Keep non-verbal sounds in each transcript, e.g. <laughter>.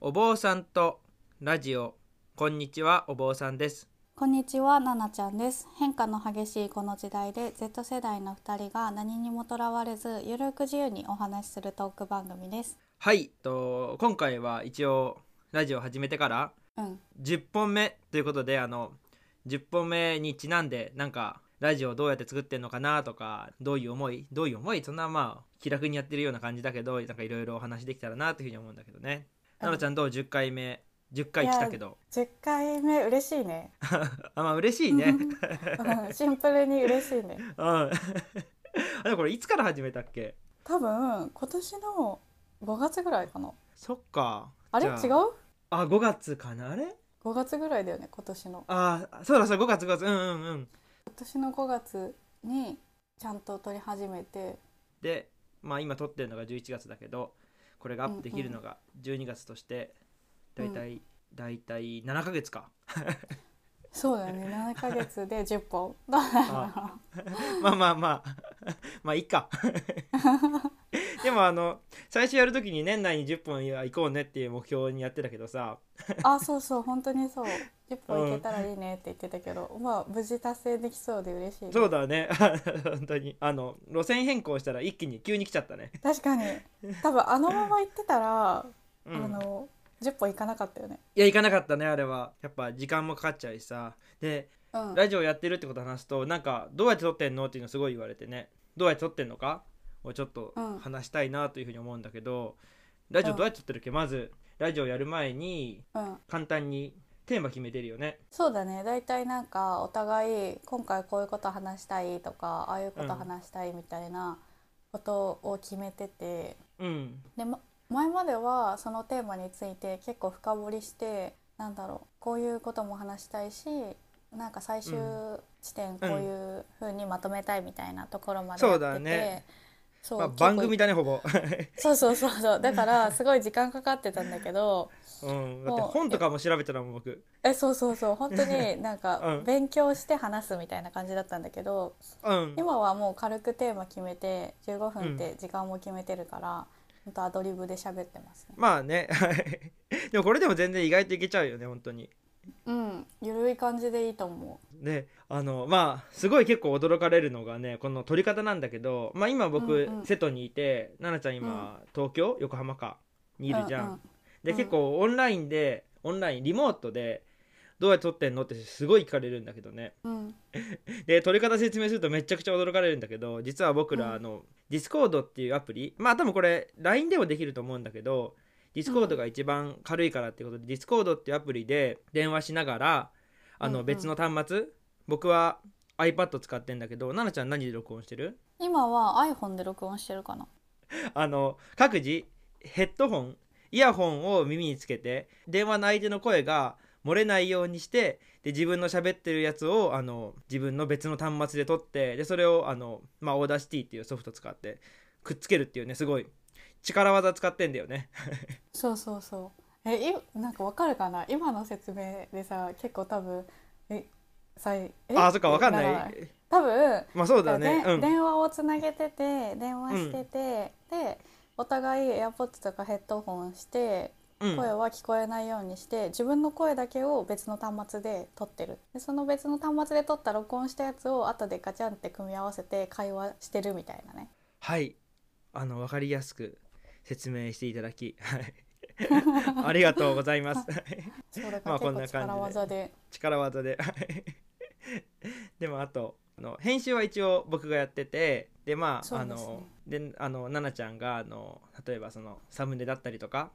お坊さんとラジオこんにちはお坊さんですこんにちは、ななちゃんです。変化の激しいこの時代で Z 世代の2人が何にもとらわれずゆるく自由にお話しするトーク番組です。はいと今回は一応ラジオ始めてからうん、 10本目ということであの10本目にちなんでなんかラジオどうやって作ってんのかなとかどういう思いどういう思いそんなまあ気楽にやってるような感じだけどなんかいろいろお話できたらなというふうに思うんだけどね奈々ちゃんどう10回目10回来たけど10回目嬉しいね。あまあ嬉しいね <laughs> うんシンプルに嬉しいね。うん <laughs> あでもこれいつから始めたっけ多分今年の5月ぐらいかな。そっかあれ違うじゃあ5月かなあれ ?5 月ぐらいだよね今年の。あーそうだそうだ5月5月うんうんうん今年の5月にちゃんと撮り始めてでまあ今撮ってるのが11月だけどこれがアップできるのが12月としてだいたいだいたい7ヶ月かそうだ <laughs> よね7ヶ月で10本。あまあまあまあ <laughs> まあいいか <laughs> でもあの最初やる時に年内に10本は行こうねっていう目標にやってたけどさあそうそう本当にそう10本いけたらいいねって言ってたけど、まあ無事達成できそうで嬉しいねそうだね <laughs> 本当にあの路線変更したら一気に急に来ちゃったね、確かに多分あのまま行ってたら、うん、あの10本いかなかったよねいや行かなかったねあれはやっぱ時間もかかっちゃうしさでうんラジオやってるってことを話すとなんかどうやって撮ってんのっていうのすごい言われてねどうやって撮ってんのかをちょっとうん話したいなというふうに思うんだけど、ラジオどうやって撮ってるっけまずラジオやる前にうん簡単にテーマ決めてるよねそうだね大体なんかお互い今回こういうこと話したいとかああいうこと話したいみたいなことを決めてて、うんでま前まではそのテーマについて結構深掘りしてなんだろうこういうことも話したいしなんか最終うん地点こういうふうにまとめたいみたいなところまでそやうってて、だねそうまあ、結構番組だねほ <laughs> ぼ、そうそうそうそうだからすごい時間かかってたんだけど <laughs> うん、だって本とかも調べてたもん僕えそうそうそう本当 <laughs> になんかうん勉強して話すみたいな感じだったんだけど、うん今はもう軽くテーマ決めて15分って時間も決めてるから、ほんとアドリブで喋ってますね。まあね <laughs> でもこれでも全然意外といけちゃうよね本当にうん、ゆるい感じでいいと思う。であのまあすごい結構驚かれるのがねこの撮り方なんだけど、まあ、今僕、うんうん瀬戸にいて奈々ちゃん今、東京横浜かにいるじゃん。うんうんでうん結構オンラインでオンラインリモートでどうやって撮ってんのってすごい聞かれるんだけどねうん、で撮り方説明するとめちゃくちゃ驚かれるんだけど実は僕ら、うんあの Discord っていうアプリまあ多分これ LINE でもできると思うんだけど Discord が一番軽いからっていうことで、Discord っていうアプリで電話しながらあうんのうん別の端末、僕は iPad 使ってんだけど奈々ちゃん何で録音してる今は iPhone で録音してるかな。あの各自ヘッドホンイヤホンを耳につけて電話の相手の声が漏れないようにしてで自分の喋ってるやつをあの自分の別の端末で撮ってでそれをあの、まあ、オーダーシティっていうソフト使ってくっつけるっていうねすごい力技使ってんだよね。そうそうそう。え、いなんかわかるかな。今の説明でさ、結構多分え、さい、えあそっかわかんなっいて多分、まあそうだね。でうん、電話をつなげてて電話してて、でお互い AirPods とかヘッドホンしてうん声は聞こえないようにして、自分の声だけを別の端末で撮ってるでその別の端末で撮った録音したやつを後でガチャンって組み合わせて会話してるみたいなねはいあの分かりやすく説明していただきはい <laughs> ありがとうございます。そうだかまあこら結んな構感じで力技で,、力技で <laughs> でもあとあの編集は一応僕がやっててでまあそあうですねのであの奈々ちゃんがあの例えばそのサムネだったりとか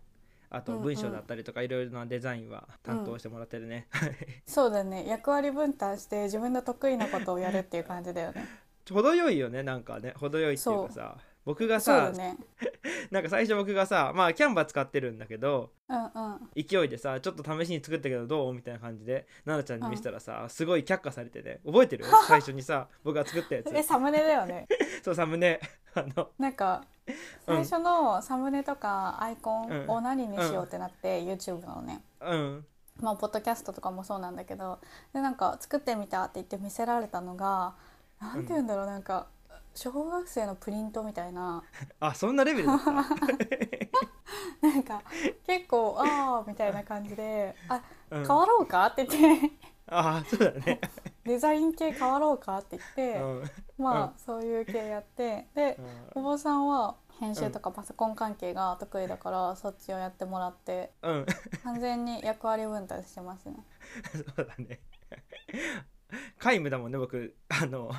あとうんうん文章だったりとかいろいろなデザインは担当してもらってるね、そうだね役割分担して自分の得意なことをやるっていう感じだよね <laughs> 程よいよねなんかね程よいっていうかさ僕がそうださ、ねなんか最初僕がさまあキャンバ使ってるんだけどうんうん勢いでさちょっと試しに作ったけどどうみたいな感じで奈々ちゃんに見せたらさ、すごい却下されてね覚え <laughs> てる最初にさ僕が作ったやつえサムネだよねそうサムネ <laughs> あのなんか <laughs> うん最初のサムネとかアイコうんンを何にしようってなって、YouTube のねうんまあポッドキャストとかもそうなんだけどでなんか作ってみたって言って見せられたのがなんて言うんだろう、なんか小学生のプリントみたいな <laughs> あそんなレベルだったなんか結構ああみたいな感じで「あうん変わろうか?」って言ってああそうだね、 「デザイン系変わろうか?」って言うって、ん、まあそういう系やってでお坊さんは編集とかパソコン関係が得意だから、そっちをやってもらってうんうん、完全に役割分担してますね。 <laughs> そうだね皆無だもんね僕あの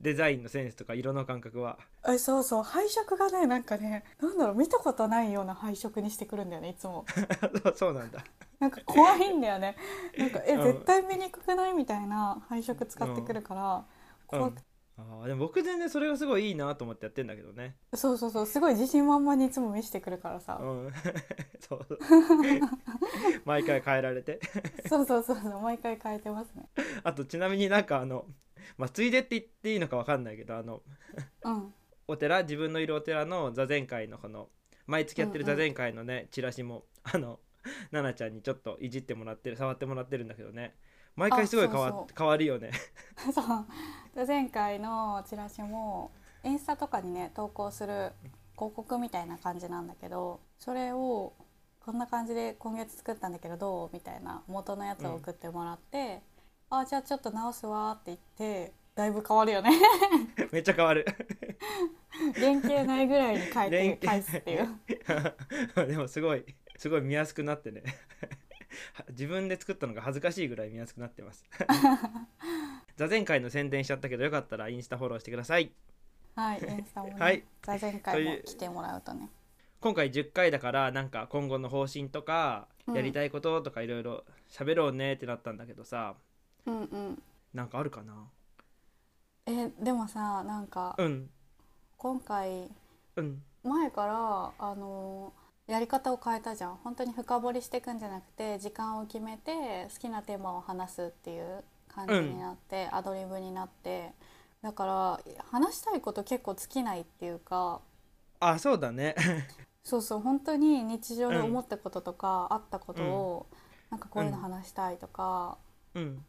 デザインのセンスとか色の感覚は <laughs> えそうそう配色がねなんかねなんだろう見たことないような配色にしてくるんだよねいつもそうそうなんだなんか怖いんだよねなんかえうん絶対見にくくないみたいな配色使ってくるから怖くてあーでも僕全然それがすごいいいなと思ってやってんだけどねそうそうそうすごい自信満々にいつも見せてくるからさうん <laughs> そうそう毎回変えられてそうそうそうそう毎回変えてますねあとちなみになんかあの、まあ、ついでって言っていいのかわかんないけどあのうんお寺自分のいるお寺の座禅会のこの毎月やってる座禅会のね、チラシもあの奈々ちゃんにちょっといじってもらってる触ってもらってるんだけどね毎回すごい変わあそうそ変わるよね <laughs> <laughs> そう前回のチラシもインスタとかにね投稿する広告みたいな感じなんだけどそれをこんな感じで今月作ったんだけどどうみたいな元のやつを送ってもらって、あじゃあちょっと直すわって言ってだいぶ変わるよね <laughs> めっちゃ変わる <laughs> 原型ないぐらいに変え原て返型すっていうでもすごいすごい見やすくなってね <laughs> 自分で作ったのが恥ずかしいぐらい見やすくなって <laughs> ます座禅会の宣伝しちゃったけどよかったらインスタフォローしてくださいはいインスタもね、はい座前回も来てもらうとね今回10回だからなんか今後の方針とかうんやりたいこととかいろいろ喋ろうねってなったんだけどさ、うんうんなんかあるかなえでもさなんかうん今回うん前からあのやり方を変えたじゃん本当に深掘りしていくんじゃなくて時間を決めて好きなテーマを話すっていう感じになって、アドリブになってだから話したいこと結構尽きないっていうかあそうだねそうそう本当に日常で思ったこととか、あったことを、なんかこういうの話したいとか <laughs> うん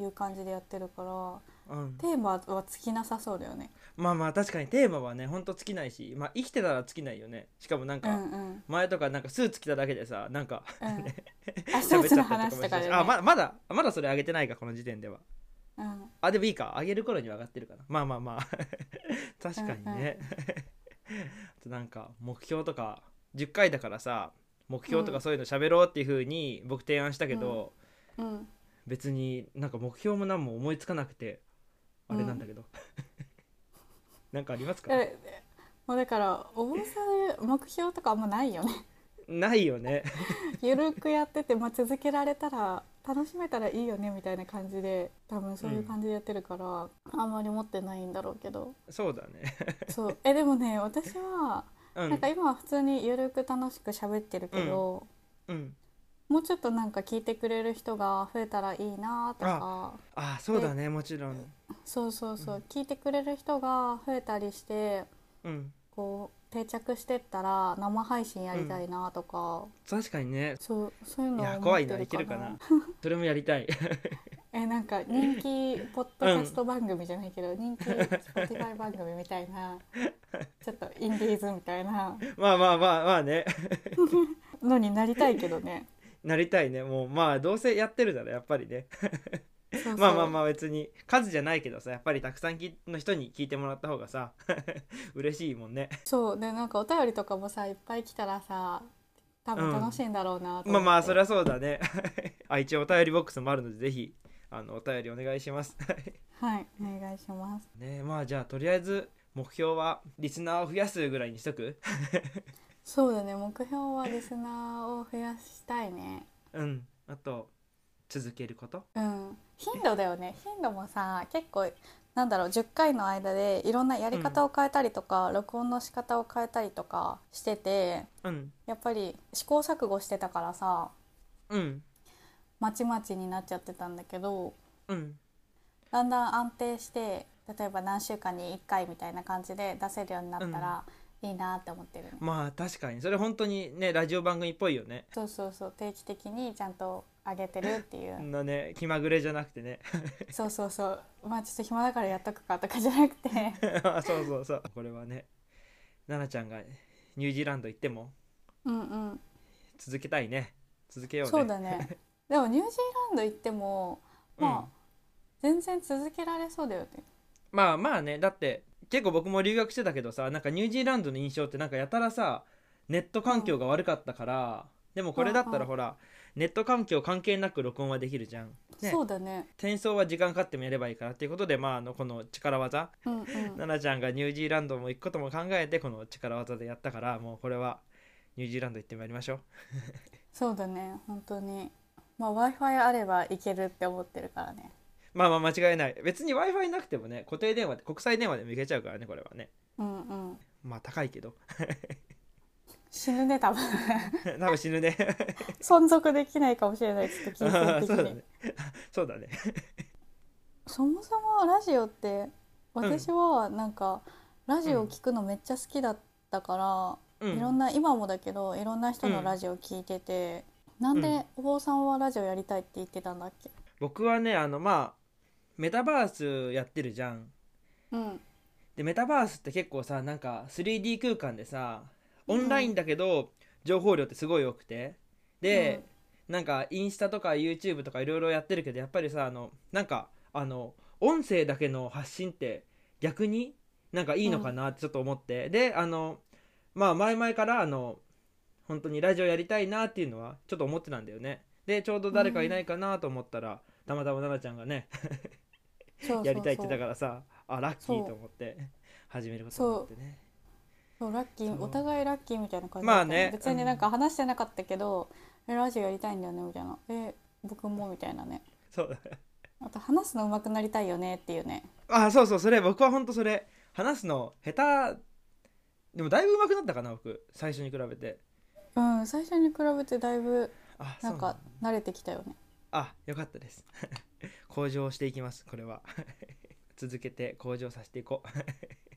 いう感じでやってるから、うんテーマは尽きなさそうだよね。まあまあ確かにテーマはねほんと尽きないしまあ生きてたら尽きないよねしかもなんうか、ん <laughs> うん前とかなんかスーツ着ただけでさなんか <laughs> うん、あ、スーツの話としれかないでしね。あまだまだまだそれ上げてないかこの時点ではうん、あでもいいか上げる頃には上がってるかなまあまあまあ <laughs> 確かにね <laughs> あとなんか目標とか10回だからさ目標とかそういうの喋ろうっていう風に僕提案したけど、うん、別になんか目標も何も思いつかなくてあれなんだけど、 <laughs> なんかありますかえもうだからお坊さん目標とかあんまないよね <laughs> ないよねゆるくやってて、まあ、続けられたら楽しめたらいいよねみたいな感じで多分そういう感じでやってるから、あんまり持ってないんだろうけどそうだねそうえでもね私はうなんんか今は普通にゆるく楽しく喋ってるけど、うんもうちょっとなんか聞いてくれる人が増えたらいいなとかあそうだねもちろんそうそうそう、うん聞いてくれる人が増えたりしてうんこう定着してったら生配信やりたいなとか。確かにねそうそういういのやを怖持いってなるいけるかかななそれもやりたい <laughs> えなんか人気ポッドキャスト番組じゃないけど、人気 Spotify 番組みた <laughs> いなちょっとインディーズみたいなまあまあまあまあねのになりたいけどねなりたいねもうまあどうせやってるならやっぱりねそうそうまあまあまあ別に数じゃないけどさやっぱりたくさんきの人に聞いてもらった方がさ <laughs> 嬉しいもんねそうでなんかお便りとかもさいっぱい来たらさ多分楽しいんだろうなと思って、まあまあそれははそうだね <laughs> あ一応お便りボックスもあるのでぜひあのお便りお願いします <laughs> いお願いしますねまあじゃあとりあえず目標はリスナーを増やすぐらいにしとくそうだね目標はリスナーを増やしたいねうんあと続けることうん、頻度だよね頻度もさ結構なんだろう10回の間でいろんなやり方を変えたりとか、録音の仕方を変えたりとかしててうんやっぱり試行錯誤してたからさうんまちまちになっちゃってたんだけどうんだんだん安定して例えば何週間に1回みたいな感じで出せるようになったらいいなって思ってるね、まあ確かにそれ本当にねラジオ番組っぽいよねそうそうそう定期的にちゃんと上げてるっていそうんなね気まぐれじゃなくてね <laughs> そうそうそうまあちょっと暇だからやっとくかとかじゃなく <laughs> てそうそうそうこれはね奈々ちゃんがニュージーランド行ってもうんうん続けたいね続けようねそう <laughs> だねでもニュージーランド行ってもまあ、全然続けられそうだよねうん、まあまあねだって結構僕も留学してたけどさなんかニュージーランドの印象ってなんかやたらさネット環境が悪かったから、でもこれだったうんうらんほら、ネット環境関係なく録音はできるじゃん、ねそうだね転送は時間かかってもやればいいからっていうことでまああのこの力技うんうん <laughs> 奈々ちゃんがニュージーランドも行くことも考えてこの力技でやったからもうこれはニュージーランド行ってまいりましょうそうだね本当にまあ w i f i あればいけるって思ってるからねまあまあ間違いない別に w i f i なくてもね固定電話で国際電話でも行けちゃうからねこれはねうんうんまあ高いけど <laughs> 死ぬね多分多分死ぬね存続できないかもしれないちょっ <laughs> とそ金う銭だ的にねそうだねそもそもラジオって私はなんか、ラジオを聞くのめっちゃ好きだったかうら、いろんんな今もだけどいろんな人うのんラジオ聞いてて、なんでお坊さんはラジオやりたいって言ってたんだっけ僕はねあのまあメタバースやってるじゃんうんでメタバースって結構さなんか 3D 空間でさオンラインだけど情報量ってすごい多くてで、なんかインスタとか YouTube とかいろいろやってるけどやっぱりさあのなんかあの音声だけの発信って逆になんかいいのかなってちょっと思って、であのまあ前々からあの本当にラジオやりたいなっていうのはちょっと思ってたんだよねでちょうど誰かいないかなと思ったら、たまたま奈々ちゃんがねそうそうやりたいって言ってたかららさあラッキーと思って <laughs> 始めることになってねそうラッキーそうお互いラッキーみたいな感じだっまあたね別うにんなんか話してなかったけど、えラジオやりたいんだよねみたいなえ僕もみたいなねそう <laughs> だねあと話すの上手くなりたいよねっていうねあそうそうそれ僕は本当それ話すの下手でもだいぶ上手くなったかな僕最初に比べてうん最初に比べてだいぶあなんかそうだ慣れてきたよねあよかったです <laughs> 向上していきますこれは <laughs> 続けて向上させていこう <laughs>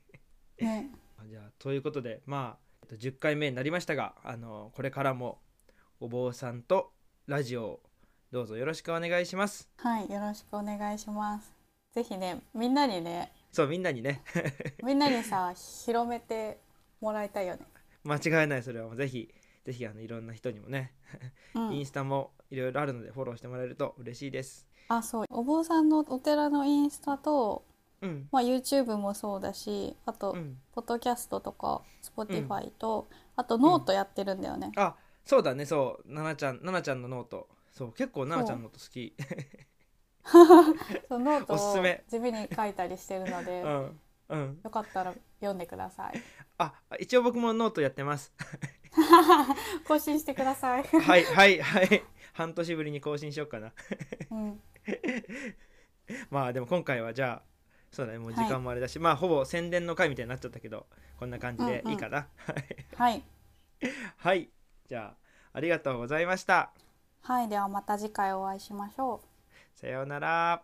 ねじゃあということでまあ、えっと、10回目になりましたがあのこれからもお坊さんとラジオをどうぞよろしくお願いしますはい、よろしくお願いします。ぜひね、みんなにね、そうみんなにねみんなにさ、広めてもらいたいよね。間違いないそれはもうぜひぜひあのいろんな人にもね、うインん、スタもいろいろあるのでフォローしてもらえると嬉しいですあ、そう、お坊さんのお寺のインスタと、うんまあ、YouTube もそうだし、あと、うんポッドキャストとか、Spotify と、あと、ノートやってるんだよね。あそうだねそう奈々ちゃん奈々ちゃんのノートそう結構奈々ちゃんのノート好きそうノートおすすをめ地味に書いたりしてるので、よんうんかったら読んでください。 <laughs> あ一応僕もノートやってます <laughs> 更新してください。はいはいはい半年ぶりに更新しようかなうん、まあでも今回はじゃあそうだねもう時間もあれだし、まあほぼ宣伝の回みたいになっちゃったけどこんな感じでいいかな、はい。 <laughs> はいじゃあありがとうございましたはい、ではまた次回お会いしましょう。さようなら